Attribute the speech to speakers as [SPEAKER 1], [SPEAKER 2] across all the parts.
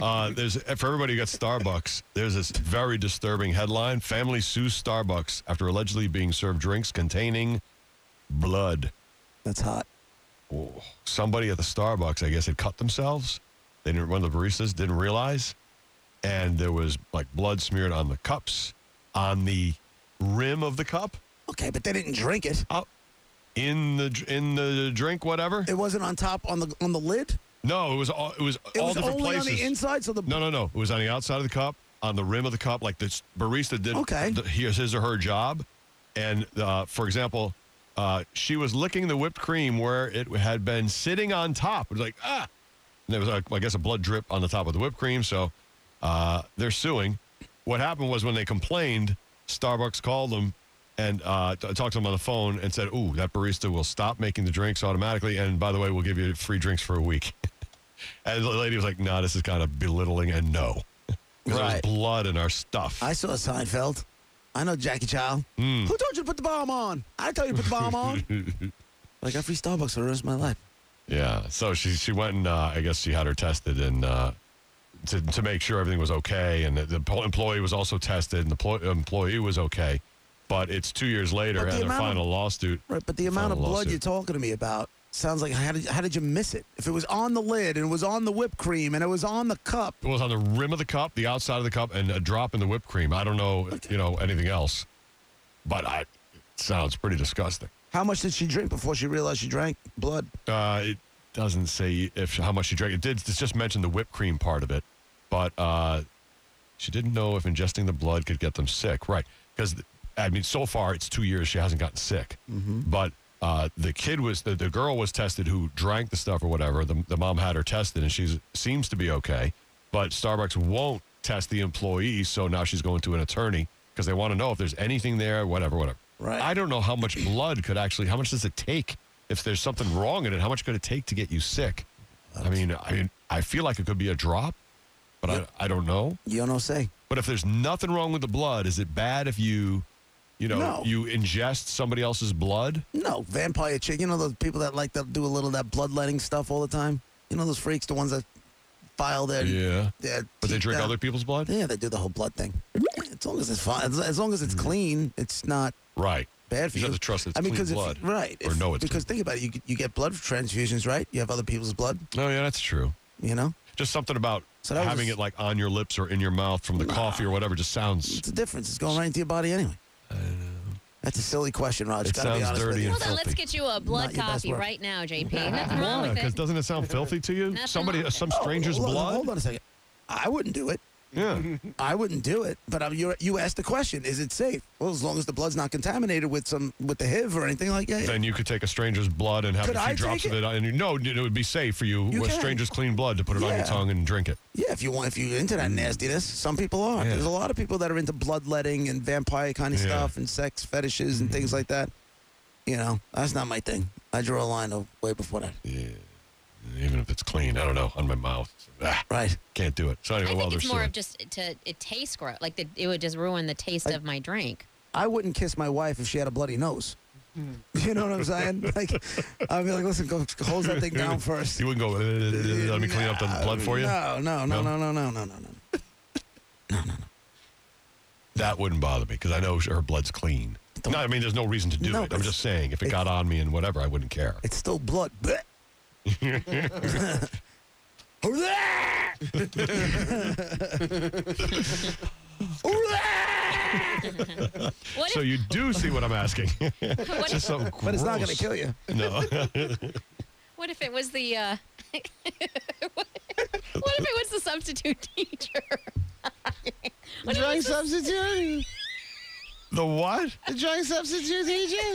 [SPEAKER 1] Uh, there's for everybody who got Starbucks. There's this very disturbing headline: Family sues Starbucks after allegedly being served drinks containing blood. Oh,
[SPEAKER 2] That's hot.
[SPEAKER 1] Somebody at the Starbucks, I guess, had cut themselves. They didn't. One of the baristas didn't realize, and there was like blood smeared on the cups, on the rim of the cup,
[SPEAKER 2] Okay, but they didn't drink it.
[SPEAKER 1] up in the in the drink, whatever.
[SPEAKER 2] It wasn't on top on the on the lid.
[SPEAKER 1] No, it was all it was
[SPEAKER 2] It
[SPEAKER 1] all
[SPEAKER 2] was
[SPEAKER 1] different
[SPEAKER 2] only
[SPEAKER 1] places.
[SPEAKER 2] on the inside. So the
[SPEAKER 1] No, no, no. It was on the outside of the cup, on the rim of the cup, like the s- barista did.
[SPEAKER 2] Okay.
[SPEAKER 1] th- his, his or her job, and uh, for example, uh, she was licking the whipped cream where it had been sitting on top. It was like ah, and there was like, I guess a blood drip on the top of the whipped cream. So uh, they're suing. What happened was when they complained, Starbucks called them and uh, t- talked to them on the phone and said, "Ooh, that barista will stop making the drinks automatically, and by the way, we'll give you free drinks for a week." And the lady was like, "No, this is kind of belittling," and no, because
[SPEAKER 2] Right.
[SPEAKER 1] there's blood in our stuff.
[SPEAKER 2] I saw Seinfeld. I know Jackie Chow.
[SPEAKER 1] Hmm.
[SPEAKER 2] Who told you to put the bomb on? I tell you to put the bomb on. like I free Starbucks for the rest of my life.
[SPEAKER 1] yeah. So she she went and uh, I guess she had her tested and uh, to to make sure everything was okay, and the, the po- employee was also tested, and the plo- employee was okay. But it's two years later,
[SPEAKER 2] But the
[SPEAKER 1] and their
[SPEAKER 2] amount of-
[SPEAKER 1] final lawsuit.
[SPEAKER 2] Right, but the amount of
[SPEAKER 1] Final
[SPEAKER 2] blood
[SPEAKER 1] lawsuit.
[SPEAKER 2] you're talking to me about sounds like how did how did you miss it? If it was on the lid and it was on the whipped cream and it was on the cup,
[SPEAKER 1] It was on the rim of the cup, the outside of the cup, and a drop in the whipped cream. I don't know, you know, anything else, but I, it sounds pretty disgusting.
[SPEAKER 2] how much did she drink before she realized she drank blood?
[SPEAKER 1] Uh, it doesn't say if how much she drank. It did it's just mention the whipped cream part of it, but uh, she didn't know if ingesting the blood could get them sick. Right? Because I mean, so far it's two years she hasn't gotten sick. But uh, the kid was the, the girl was tested who drank the stuff or whatever. The, the mom had her tested and she seems to be okay. But Starbucks won't test the employee, so now she's going to an attorney because they want to know if there's anything there, whatever, whatever.
[SPEAKER 2] Right.
[SPEAKER 1] I don't know how much blood could actually. How much does it take if there's something wrong in it? How much could it take to get you sick? I mean, I mean, I feel like it could be a drop, but I, I don't know.
[SPEAKER 2] You don't know say.
[SPEAKER 1] But if there's nothing wrong with the blood, is it bad if you, you know,
[SPEAKER 2] No.
[SPEAKER 1] you ingest somebody else's blood?
[SPEAKER 2] No, vampire chick. You know those people that like to do a little of that bloodletting stuff all the time? You know those freaks, the ones that file their
[SPEAKER 1] Yeah.
[SPEAKER 2] their
[SPEAKER 1] But they
[SPEAKER 2] teeth
[SPEAKER 1] drink
[SPEAKER 2] down?
[SPEAKER 1] other people's blood?
[SPEAKER 2] Yeah, they do the whole blood thing. As long as it's fine, as, as long as it's clean, it's not
[SPEAKER 1] Right.
[SPEAKER 2] bad for
[SPEAKER 1] Mm. You
[SPEAKER 2] you.
[SPEAKER 1] have to trust it's
[SPEAKER 2] I mean,
[SPEAKER 1] clean
[SPEAKER 2] 'cause if-
[SPEAKER 1] blood.
[SPEAKER 2] right?
[SPEAKER 1] Or
[SPEAKER 2] if-
[SPEAKER 1] no, it's
[SPEAKER 2] because think about it. You you get blood transfusions, right? You have other people's blood.
[SPEAKER 1] No, yeah, that's true.
[SPEAKER 2] You know,
[SPEAKER 1] Just something about
[SPEAKER 2] So that was
[SPEAKER 1] having
[SPEAKER 2] a-
[SPEAKER 1] it like on your lips or in your mouth from the coffee or whatever just sounds.
[SPEAKER 2] it's a difference. It's going right into your body anyway. That's a silly question, Rog.
[SPEAKER 1] It
[SPEAKER 2] Gotta be
[SPEAKER 1] sounds
[SPEAKER 2] honest
[SPEAKER 1] dirty
[SPEAKER 2] with you.
[SPEAKER 1] and
[SPEAKER 3] Hold on, let's
[SPEAKER 1] filthy.
[SPEAKER 3] get you a blood
[SPEAKER 2] Not your best
[SPEAKER 3] coffee
[SPEAKER 2] work.
[SPEAKER 3] right now, JP. Nothing wrong with
[SPEAKER 1] Because
[SPEAKER 3] it.
[SPEAKER 1] doesn't it sound filthy to you?
[SPEAKER 3] Nothing
[SPEAKER 1] Somebody,
[SPEAKER 3] wrong.
[SPEAKER 1] some stranger's
[SPEAKER 2] Oh, Hold on-
[SPEAKER 1] blood.
[SPEAKER 2] Hold on a second. I wouldn't do it.
[SPEAKER 1] Yeah.
[SPEAKER 2] I wouldn't do it, but I'm, you're, you asked the question: Is it safe? Well, as long as the blood's not contaminated with some with the HIV or anything like that.
[SPEAKER 1] Then you could take a stranger's blood and have
[SPEAKER 2] Could
[SPEAKER 1] a few
[SPEAKER 2] I take
[SPEAKER 1] drops of
[SPEAKER 2] it?
[SPEAKER 1] it, on- and you know it would be safe for you,
[SPEAKER 2] You
[SPEAKER 1] with
[SPEAKER 2] can.
[SPEAKER 1] stranger's clean blood to put it on your
[SPEAKER 2] Yeah.
[SPEAKER 1] tongue and drink it.
[SPEAKER 2] Yeah, if you want, if you're into that nastiness, some people are.
[SPEAKER 1] Mm. Yeah.
[SPEAKER 2] There's a lot of people that are into bloodletting and vampire kind of
[SPEAKER 1] Yeah.
[SPEAKER 2] stuff and sex fetishes and things like that. You know, that's not my thing. I draw a line of way before that.
[SPEAKER 1] Even if it's clean, I don't know, on my mouth. Ah,
[SPEAKER 2] Right.
[SPEAKER 1] can't do it. So
[SPEAKER 3] I
[SPEAKER 1] anyway,
[SPEAKER 3] think
[SPEAKER 1] well,
[SPEAKER 3] it's
[SPEAKER 1] there's
[SPEAKER 3] more of just to it tastes gross. Like the, it would just ruin the taste of my drink.
[SPEAKER 2] I wouldn't kiss my wife if she had a bloody nose. You know what I'm saying? Like, I'd be like, listen, go close that thing down first.
[SPEAKER 1] You wouldn't go, "Uh, let me clean up the blood for you?
[SPEAKER 2] No, no, no,
[SPEAKER 1] No?
[SPEAKER 2] no, no, no, no, no, no.
[SPEAKER 1] That wouldn't bother me because I know her blood's clean. No, I mean, there's no reason to do
[SPEAKER 2] No,
[SPEAKER 1] it. I'm
[SPEAKER 2] it's-
[SPEAKER 1] just saying, if it
[SPEAKER 2] it's-
[SPEAKER 1] got on me and whatever, I wouldn't care.
[SPEAKER 2] It's still blood.
[SPEAKER 3] What
[SPEAKER 1] So
[SPEAKER 3] if,
[SPEAKER 1] you do see what I'm asking.
[SPEAKER 3] what,
[SPEAKER 1] just
[SPEAKER 3] if,
[SPEAKER 1] something
[SPEAKER 2] But it's not going
[SPEAKER 1] gross.
[SPEAKER 2] to kill you.
[SPEAKER 1] No.
[SPEAKER 3] what if it was the uh, what if it was the substitute teacher? what if it
[SPEAKER 4] Drug
[SPEAKER 3] was the-
[SPEAKER 4] substitute?
[SPEAKER 1] the what?
[SPEAKER 4] A drug substitute teacher?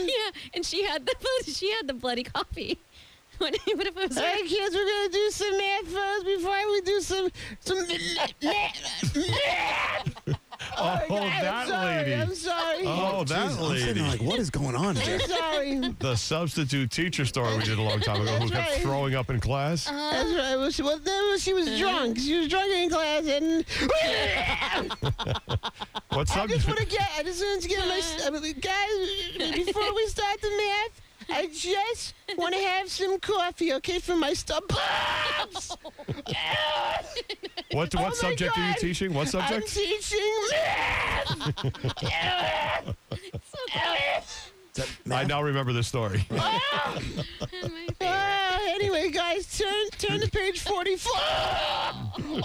[SPEAKER 3] yeah, and she had the she had the bloody coffee. What, if- what if it was
[SPEAKER 4] All right, kids, we're gonna do some math first before we do some some math.
[SPEAKER 1] Oh,
[SPEAKER 4] I'm
[SPEAKER 1] that
[SPEAKER 4] sorry.
[SPEAKER 1] lady.
[SPEAKER 4] I'm sorry.
[SPEAKER 1] Oh, that
[SPEAKER 2] Jeez, I'm
[SPEAKER 1] lady.
[SPEAKER 2] sitting there like, what is going on here?
[SPEAKER 4] I'm sorry.
[SPEAKER 1] the substitute teacher story we did a long time ago who
[SPEAKER 4] That's
[SPEAKER 1] kept
[SPEAKER 4] right.
[SPEAKER 1] throwing up in class.
[SPEAKER 3] Uh-huh.
[SPEAKER 4] That's right. Well, she, well, then when she was
[SPEAKER 1] Uh-huh.
[SPEAKER 4] drunk. She was drunk in class, and
[SPEAKER 1] What
[SPEAKER 4] I just want to
[SPEAKER 1] subject? Uh-huh.
[SPEAKER 4] get. I just want to get my. I mean, guys, before we start the math, I just want to have some coffee, okay, for my Starbucks.
[SPEAKER 1] What
[SPEAKER 4] Oh
[SPEAKER 1] what
[SPEAKER 4] my
[SPEAKER 1] subject are you
[SPEAKER 4] God.
[SPEAKER 1] teaching? What
[SPEAKER 4] I'm
[SPEAKER 1] subject?
[SPEAKER 4] teaching math.
[SPEAKER 2] Is that
[SPEAKER 1] I
[SPEAKER 2] math?
[SPEAKER 1] now remember this story.
[SPEAKER 3] My favorite.
[SPEAKER 4] Ah, anyway, guys, turn turn to page 44. There's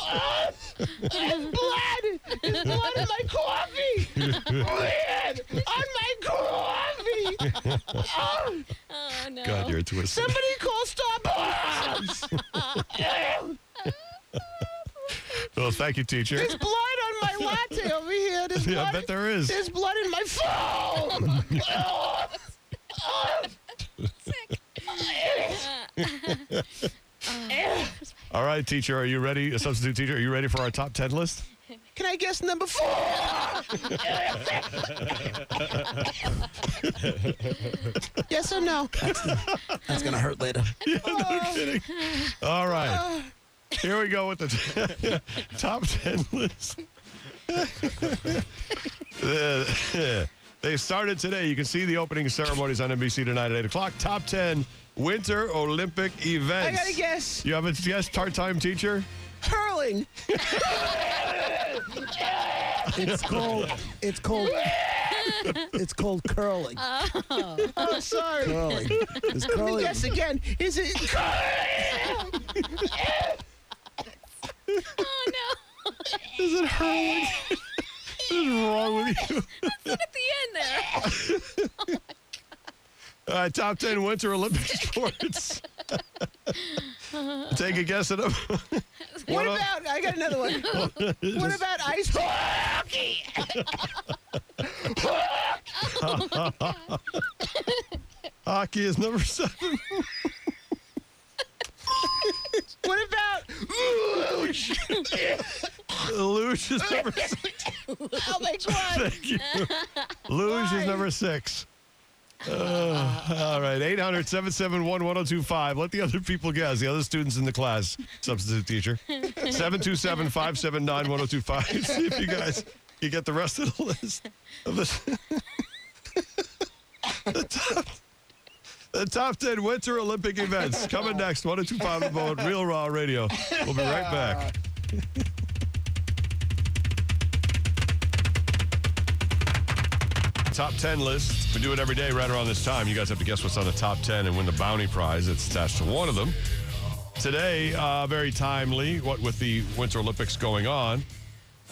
[SPEAKER 4] blood. There's blood on my coffee. Blood on my coffee. Oh,
[SPEAKER 3] Oh no.
[SPEAKER 1] God, you're a twist.
[SPEAKER 4] somebody call Starbucks.
[SPEAKER 1] Well, thank you, teacher.
[SPEAKER 4] There's blood on my latte over here. There's
[SPEAKER 1] Yeah, I
[SPEAKER 4] blood.
[SPEAKER 1] bet there is.
[SPEAKER 4] There's blood in my phone.
[SPEAKER 1] All right, teacher, are you ready? A substitute teacher, are you ready for our top ten list?
[SPEAKER 4] Can I guess number four? yes or no? Oh,
[SPEAKER 2] That's gonna hurt later.
[SPEAKER 1] All
[SPEAKER 4] Uh.
[SPEAKER 1] right. Here we go with the t- top 10 list. Uh, they started today. You can see the opening ceremonies on NBC tonight at 8 o'clock. Top 10 Winter Olympic
[SPEAKER 4] I
[SPEAKER 1] events.
[SPEAKER 4] gotta guess.
[SPEAKER 1] You have a guess, part time teacher?
[SPEAKER 4] Hurling.
[SPEAKER 2] It's called. It's called. It's called curling.
[SPEAKER 4] Oh, sorry.
[SPEAKER 2] curling. It's curling.
[SPEAKER 4] Yes, again. Is it?
[SPEAKER 3] Oh no.
[SPEAKER 1] Is it hurling? what is wrong with you?
[SPEAKER 3] At the end there.
[SPEAKER 1] All right, top 10 Winter Olympic sports. Take a guess at them.
[SPEAKER 4] What about? I got another one. What about ice hockey?
[SPEAKER 1] Hockey is number seven.
[SPEAKER 4] What about?
[SPEAKER 1] Luge is number six.
[SPEAKER 4] Oh my God.
[SPEAKER 1] Thank you. Luge is
[SPEAKER 4] Why?
[SPEAKER 1] number six. Uh, all right, 800 771 1025. Let the other people guess, the other students in the class, substitute teacher. 727 579 1025. See if you guys you get the rest of the list of the, the top, the top 10 Winter Olympic events. Coming next, 1025 The Boat, Real Raw Radio. We'll be right back. Top 10 list. We do it every day right around this time. You guys have to guess what's on the top 10 and win the bounty prize that's attached to one of them. Today, uh, very timely, what with the Winter Olympics going on.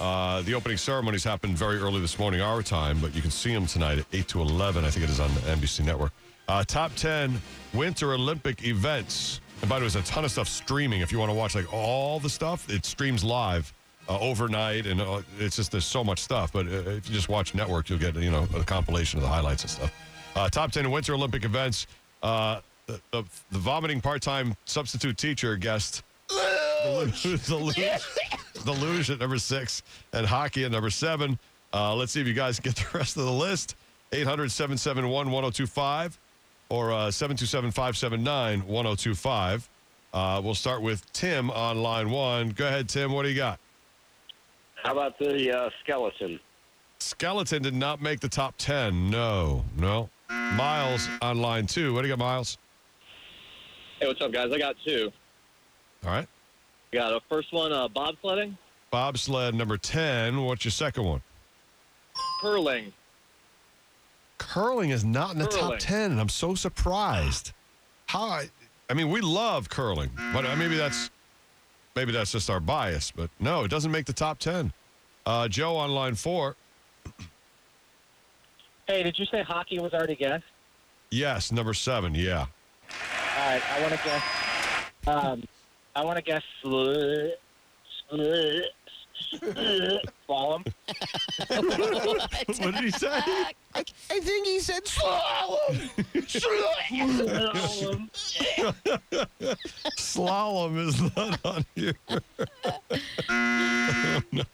[SPEAKER 1] Uh, the opening ceremonies happened very early this morning, our time, but you can see them tonight at 8 to 11. I think it is on the NBC Network. Uh, top 10 Winter Olympic events. And by the way, there's a ton of stuff streaming. If you want to watch like all the stuff, it streams live uh, overnight, and uh, it's just there's so much stuff. But uh, if you just watch network, you'll get you know a compilation of the highlights and stuff. Uh, top 10 Winter Olympic events. Uh, the, the, the vomiting part-time substitute teacher guest the luge, the luge at number six, and hockey at number seven. Uh, let's see if you guys get the rest of the list. 800 771 1025 or uh, 727 579 1025. Uh, We'll start with Tim on line one. Go ahead, Tim. What do you got?
[SPEAKER 5] How about the uh, skeleton?
[SPEAKER 1] Skeleton did not make the top 10. No, no. Miles on line two. What do you got, Miles?
[SPEAKER 5] Hey, what's up, guys? I got two.
[SPEAKER 1] All right.
[SPEAKER 5] I got a first one, uh, bobsledding,
[SPEAKER 1] Bobsled number 10. What's your second one?
[SPEAKER 5] curling.
[SPEAKER 1] curling is not in the top
[SPEAKER 5] Curling.
[SPEAKER 1] 10 and i'm so surprised how i i mean we love curling but uh, maybe that's maybe that's just our bias but no it doesn't make the top 10 uh, joe on line four
[SPEAKER 5] Hey, did you say hockey was already guessed?
[SPEAKER 1] yes number seven yeah
[SPEAKER 5] All right, I want to guess. Um, I want to guess. sl- sl- sl- Slalom.
[SPEAKER 1] what did he say
[SPEAKER 4] I, I think he said swallow.
[SPEAKER 5] Slalom.
[SPEAKER 1] slalom is not on here oh,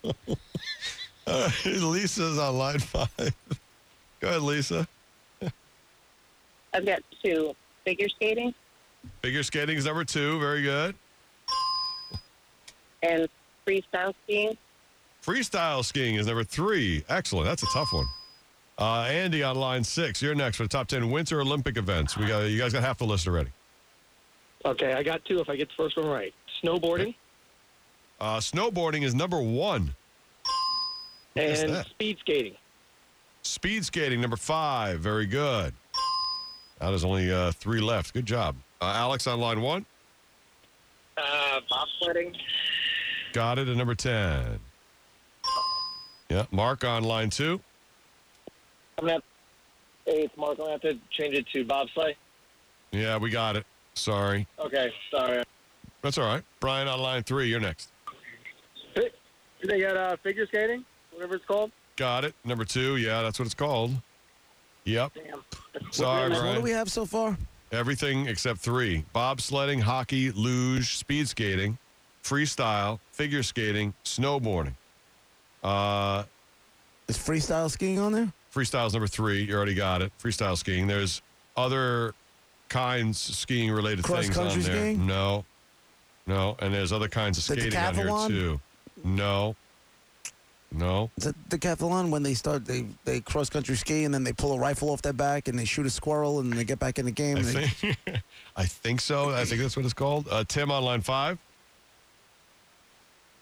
[SPEAKER 1] no. All right, lisa's on line five go ahead lisa
[SPEAKER 6] I've got two figure skating
[SPEAKER 1] figure skating is number two very good
[SPEAKER 6] and freestyle skiing.
[SPEAKER 1] Freestyle skiing is number three. Excellent. That's a tough one. Uh, Andy on line six. You're next for the top ten Winter Olympic events. We got you guys got half the list already.
[SPEAKER 7] Okay, I got two if I get the first one right. Snowboarding
[SPEAKER 1] Uh, snowboarding is number one. is
[SPEAKER 7] and
[SPEAKER 1] that?
[SPEAKER 7] speed skating.
[SPEAKER 1] Speed skating number five. Very good. Now there's only uh, three left. Good job, uh, Alex on line one.
[SPEAKER 5] Uh, bobsledding.
[SPEAKER 1] Got it at number ten. Yeah, Mark on line two.
[SPEAKER 5] I'm gonna have, eighth mark. I'm gonna have to change it to bobsleigh.
[SPEAKER 1] Yeah, we got it. Sorry,
[SPEAKER 5] Okay, sorry.
[SPEAKER 1] that's all right. Brian on line three. You're next.
[SPEAKER 5] Fi- They got uh, figure skating, whatever it's called.
[SPEAKER 1] Got it. Number two. Yeah, that's what it's called. Yep.
[SPEAKER 5] Damn.
[SPEAKER 1] Sorry,
[SPEAKER 2] What do
[SPEAKER 1] Brian.
[SPEAKER 2] we have so far?
[SPEAKER 1] Everything except three bobsledding, hockey, luge, speed skating, freestyle, figure skating, snowboarding. Uh,
[SPEAKER 2] Is freestyle skiing on there?
[SPEAKER 1] freestyle's number three. You already got it. Freestyle skiing. There's other kinds skiing related things on
[SPEAKER 2] Cross-country
[SPEAKER 1] there.
[SPEAKER 2] skiing?
[SPEAKER 1] No. No. And there's other kinds of
[SPEAKER 2] The
[SPEAKER 1] skating on here
[SPEAKER 2] decathlon?
[SPEAKER 1] too. No. No.
[SPEAKER 2] Is that decathlon when they start they they cross country ski and then they pull a rifle off their back and they shoot a squirrel and they get back in the game.
[SPEAKER 1] I
[SPEAKER 2] and they-
[SPEAKER 1] think I think so. I think that's what it's called. Uh, Tim on line five.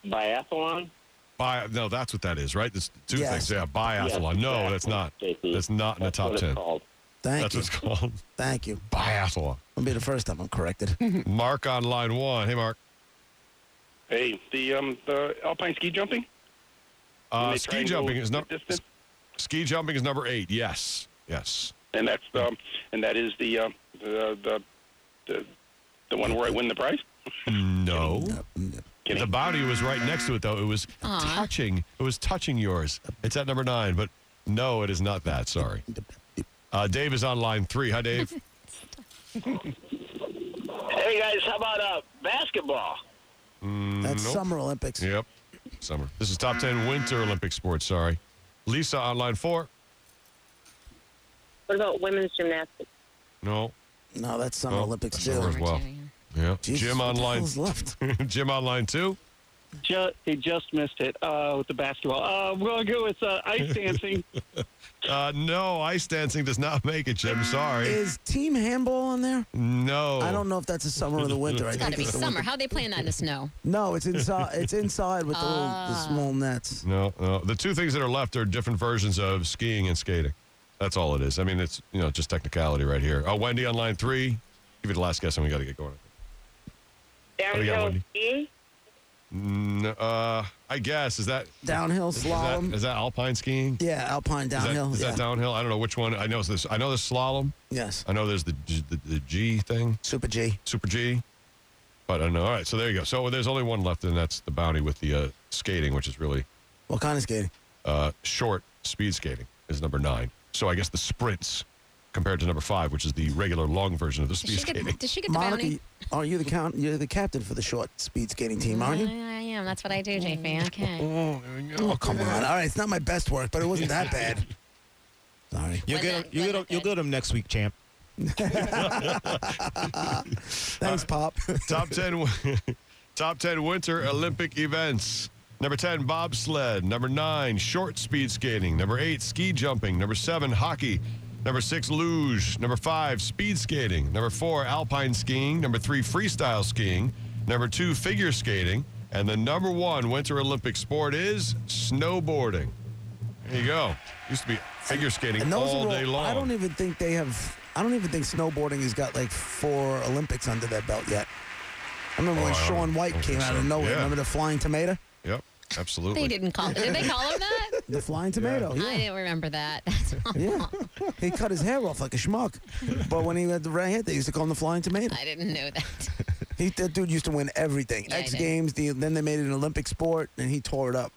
[SPEAKER 5] Biathlon.
[SPEAKER 1] Bi- no, that's what that is, right? There's two
[SPEAKER 2] Yes.
[SPEAKER 1] things. Yeah, biathlon. no, that's not.
[SPEAKER 5] JP.
[SPEAKER 1] That's not in the
[SPEAKER 5] That's
[SPEAKER 1] top
[SPEAKER 5] what it's
[SPEAKER 1] ten.
[SPEAKER 5] called.
[SPEAKER 2] thank
[SPEAKER 1] That's
[SPEAKER 2] you,
[SPEAKER 1] what it's called.
[SPEAKER 2] thank you.
[SPEAKER 1] Biathlon.
[SPEAKER 2] It'll be the first time I'm corrected.
[SPEAKER 1] Mark on line one. Hey, Mark.
[SPEAKER 8] Hey, the um the alpine ski jumping. When
[SPEAKER 1] Uh,
[SPEAKER 8] they
[SPEAKER 1] ski
[SPEAKER 8] triangle
[SPEAKER 1] jumping is
[SPEAKER 8] the
[SPEAKER 1] number.
[SPEAKER 8] distance,
[SPEAKER 1] Ski jumping is number eight. Yes. Yes.
[SPEAKER 8] and that's um and that is the uh, the, the the the one where I win the prize.
[SPEAKER 1] No. The
[SPEAKER 8] Kidding.
[SPEAKER 1] body was right next to it, though. It was
[SPEAKER 3] Aw.
[SPEAKER 1] touching. It was touching yours. It's at number nine, but no, it is not that. Sorry. Uh, Dave is on line three. Hi, Dave.
[SPEAKER 5] Hey guys, how about uh, basketball?
[SPEAKER 2] That's
[SPEAKER 1] nope.
[SPEAKER 2] Summer Olympics.
[SPEAKER 1] yep. Summer. This is top ten winter Olympic sports. Sorry. Lisa on line four.
[SPEAKER 6] What about women's gymnastics?
[SPEAKER 1] No.
[SPEAKER 2] No, that's Summer
[SPEAKER 1] Oh,
[SPEAKER 2] Olympics
[SPEAKER 1] Summer
[SPEAKER 2] too.
[SPEAKER 1] Olympics. well. Yeah.
[SPEAKER 2] Jesus,
[SPEAKER 1] Jim
[SPEAKER 2] what
[SPEAKER 1] on
[SPEAKER 2] the hell
[SPEAKER 1] line.
[SPEAKER 2] is left.
[SPEAKER 1] Jim on line two.
[SPEAKER 7] Just, he just missed it uh, with the basketball. Uh, I'm going to go with uh, ice dancing.
[SPEAKER 1] Uh, no, ice dancing does not make it, Jim. Sorry.
[SPEAKER 2] Is team handball on there?
[SPEAKER 1] No.
[SPEAKER 2] I don't know if that's the summer or the winter. I
[SPEAKER 3] It's
[SPEAKER 2] think
[SPEAKER 3] gotta be
[SPEAKER 2] it's the
[SPEAKER 3] summer.
[SPEAKER 2] winter.
[SPEAKER 3] How are they playing that in the snow?
[SPEAKER 2] No, it's inside. It's inside with the, little, the
[SPEAKER 3] Ah.
[SPEAKER 2] small nets.
[SPEAKER 1] No, no. The two things that are left are different versions of skiing and skating. That's all it is. I mean, it's you know just technicality right here. Oh, Wendy on line three. Give you the last guess, and we got to get going. do you got,
[SPEAKER 6] Downhill
[SPEAKER 1] Wendy?
[SPEAKER 6] skiing?
[SPEAKER 1] No, uh, I guess is that
[SPEAKER 2] Downhill
[SPEAKER 1] is that,
[SPEAKER 2] slalom.
[SPEAKER 1] is that alpine skiing?
[SPEAKER 2] yeah, alpine
[SPEAKER 1] Is that-
[SPEAKER 2] downhill.
[SPEAKER 1] Is
[SPEAKER 2] yeah.
[SPEAKER 1] that downhill? I don't know which one. I know this. I know there's slalom.
[SPEAKER 2] yes.
[SPEAKER 1] I know there's the G, the, the G thing,
[SPEAKER 2] Super G.
[SPEAKER 1] Super G. But I don't know. All right, so there you go. So there's only one left, and that's the bounty with the uh, skating, which is really
[SPEAKER 2] What kind of skating?
[SPEAKER 1] uh, short speed skating is number nine. So I guess the sprints compared to number five, which is the regular long version of the
[SPEAKER 3] Does
[SPEAKER 1] speed
[SPEAKER 3] she
[SPEAKER 1] skating.
[SPEAKER 3] get, does she get the
[SPEAKER 2] Monica,
[SPEAKER 3] bounty?
[SPEAKER 2] are you the count? You're the captain for the short speed skating team, aren't
[SPEAKER 3] I
[SPEAKER 2] you?
[SPEAKER 3] am. That's what I do, JP. Okay.
[SPEAKER 1] Oh, there we
[SPEAKER 2] Oh, come on. All right, it's not my best work, but it wasn't that bad. Sorry.
[SPEAKER 9] You'll
[SPEAKER 3] Wasn't-
[SPEAKER 9] get 'em You'll get 'em
[SPEAKER 3] wasn't
[SPEAKER 9] You'll
[SPEAKER 3] good.
[SPEAKER 9] get 'em next week, champ.
[SPEAKER 2] Thanks, Pop.
[SPEAKER 1] Top ten, wi- top ten winter Olympic events. Number ten, bobsled. Number nine, short speed skating. Number eight, ski jumping. Number seven, hockey. Number six, luge. Number five, speed skating. Number four, alpine skiing. Number three, freestyle skiing. Number two, figure skating. And the number one winter Olympic sport is snowboarding. There you go. Used to be figure skating
[SPEAKER 2] And those
[SPEAKER 1] all
[SPEAKER 2] are
[SPEAKER 1] day long.
[SPEAKER 2] I don't even think they have. I don't even think snowboarding has got like four Olympics under their belt yet. I remember
[SPEAKER 1] Oh,
[SPEAKER 2] when
[SPEAKER 1] I don't-
[SPEAKER 2] Sean
[SPEAKER 1] I
[SPEAKER 2] White
[SPEAKER 1] don't
[SPEAKER 2] came
[SPEAKER 1] think
[SPEAKER 2] out of
[SPEAKER 1] so.
[SPEAKER 2] nowhere.
[SPEAKER 1] Yeah.
[SPEAKER 2] Remember the flying tomato?
[SPEAKER 1] Yep, absolutely.
[SPEAKER 3] They didn't call. Did they call him that?
[SPEAKER 2] The flying tomato. Yeah.
[SPEAKER 3] I didn't remember that. That's all.
[SPEAKER 2] Yeah. he cut his hair off like a schmuck. But when he had the red hair, they used to call him the flying tomato.
[SPEAKER 3] I didn't know that.
[SPEAKER 2] He, that dude used to win everything.
[SPEAKER 3] Yeah, he
[SPEAKER 2] X
[SPEAKER 3] did.
[SPEAKER 2] Games, the, then they made it an Olympic sport, and he tore it up.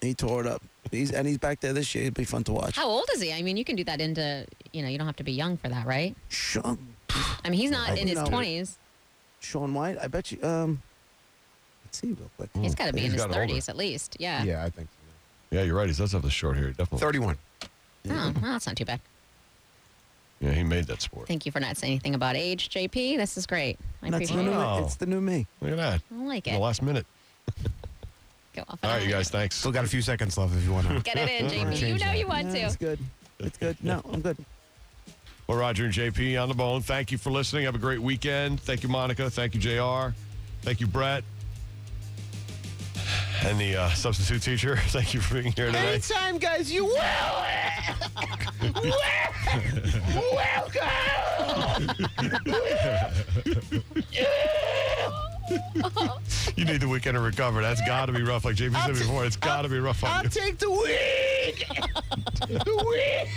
[SPEAKER 2] He tore it up. He's and he's back there this year. It'd be fun to watch.
[SPEAKER 3] How old is he? I mean, you can do that into, you know, you don't have to be young for that, right?
[SPEAKER 2] Sean,
[SPEAKER 3] I mean, he's not in his
[SPEAKER 2] No.
[SPEAKER 3] 20s.
[SPEAKER 2] Sean White. I bet you. Um, let's see real quick.
[SPEAKER 3] He's got to be
[SPEAKER 1] He's
[SPEAKER 3] in his
[SPEAKER 1] got older.
[SPEAKER 3] 30s at least. Yeah.
[SPEAKER 9] I think.
[SPEAKER 1] Yeah, you're right. He does have the short hair. Definitely.
[SPEAKER 2] Thirty-one.
[SPEAKER 3] Oh, well, that's not too bad.
[SPEAKER 1] Yeah, he made that sport.
[SPEAKER 3] Thank you for not saying anything about age, JP. This is great. I
[SPEAKER 2] That's the
[SPEAKER 3] appreciate
[SPEAKER 2] new.
[SPEAKER 3] it.
[SPEAKER 1] Wow.
[SPEAKER 2] It's the new me.
[SPEAKER 1] Look at that.
[SPEAKER 3] I like
[SPEAKER 1] The
[SPEAKER 3] it.
[SPEAKER 1] last minute.
[SPEAKER 3] Go off.
[SPEAKER 1] All right, you guys. Thanks.
[SPEAKER 9] Still got a few seconds left if you want to.
[SPEAKER 3] Get it in, JP.
[SPEAKER 9] We're
[SPEAKER 3] You
[SPEAKER 9] changing
[SPEAKER 3] know
[SPEAKER 9] it.
[SPEAKER 3] you want
[SPEAKER 2] Yeah,
[SPEAKER 3] to.
[SPEAKER 2] That's good. It's good. No, I'm good.
[SPEAKER 1] Well, Roger and JP on the bone. Thank you for listening. Have a great weekend. Thank you, Monica. Thank you, JR. Thank you, Brett. And the uh, substitute teacher. Thank you for being here today.
[SPEAKER 4] Anytime, guys, you will. Welcome.
[SPEAKER 1] You need the weekend to recover. That's got to be rough. Like JP said before, it's got to be rough on
[SPEAKER 4] I'll
[SPEAKER 1] you.
[SPEAKER 4] take the week. the week.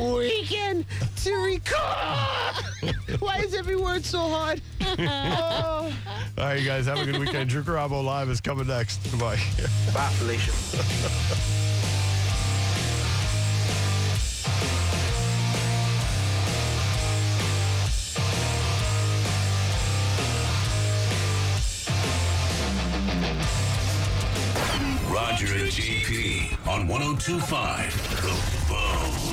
[SPEAKER 4] Weekend to record. Why is every word so hard? Oh.
[SPEAKER 1] All right, you guys, have a good weekend. Drew Carabo Live is coming next. Bye.
[SPEAKER 5] Bye, Felicia.
[SPEAKER 9] Roger and JP on 1025 The Bone.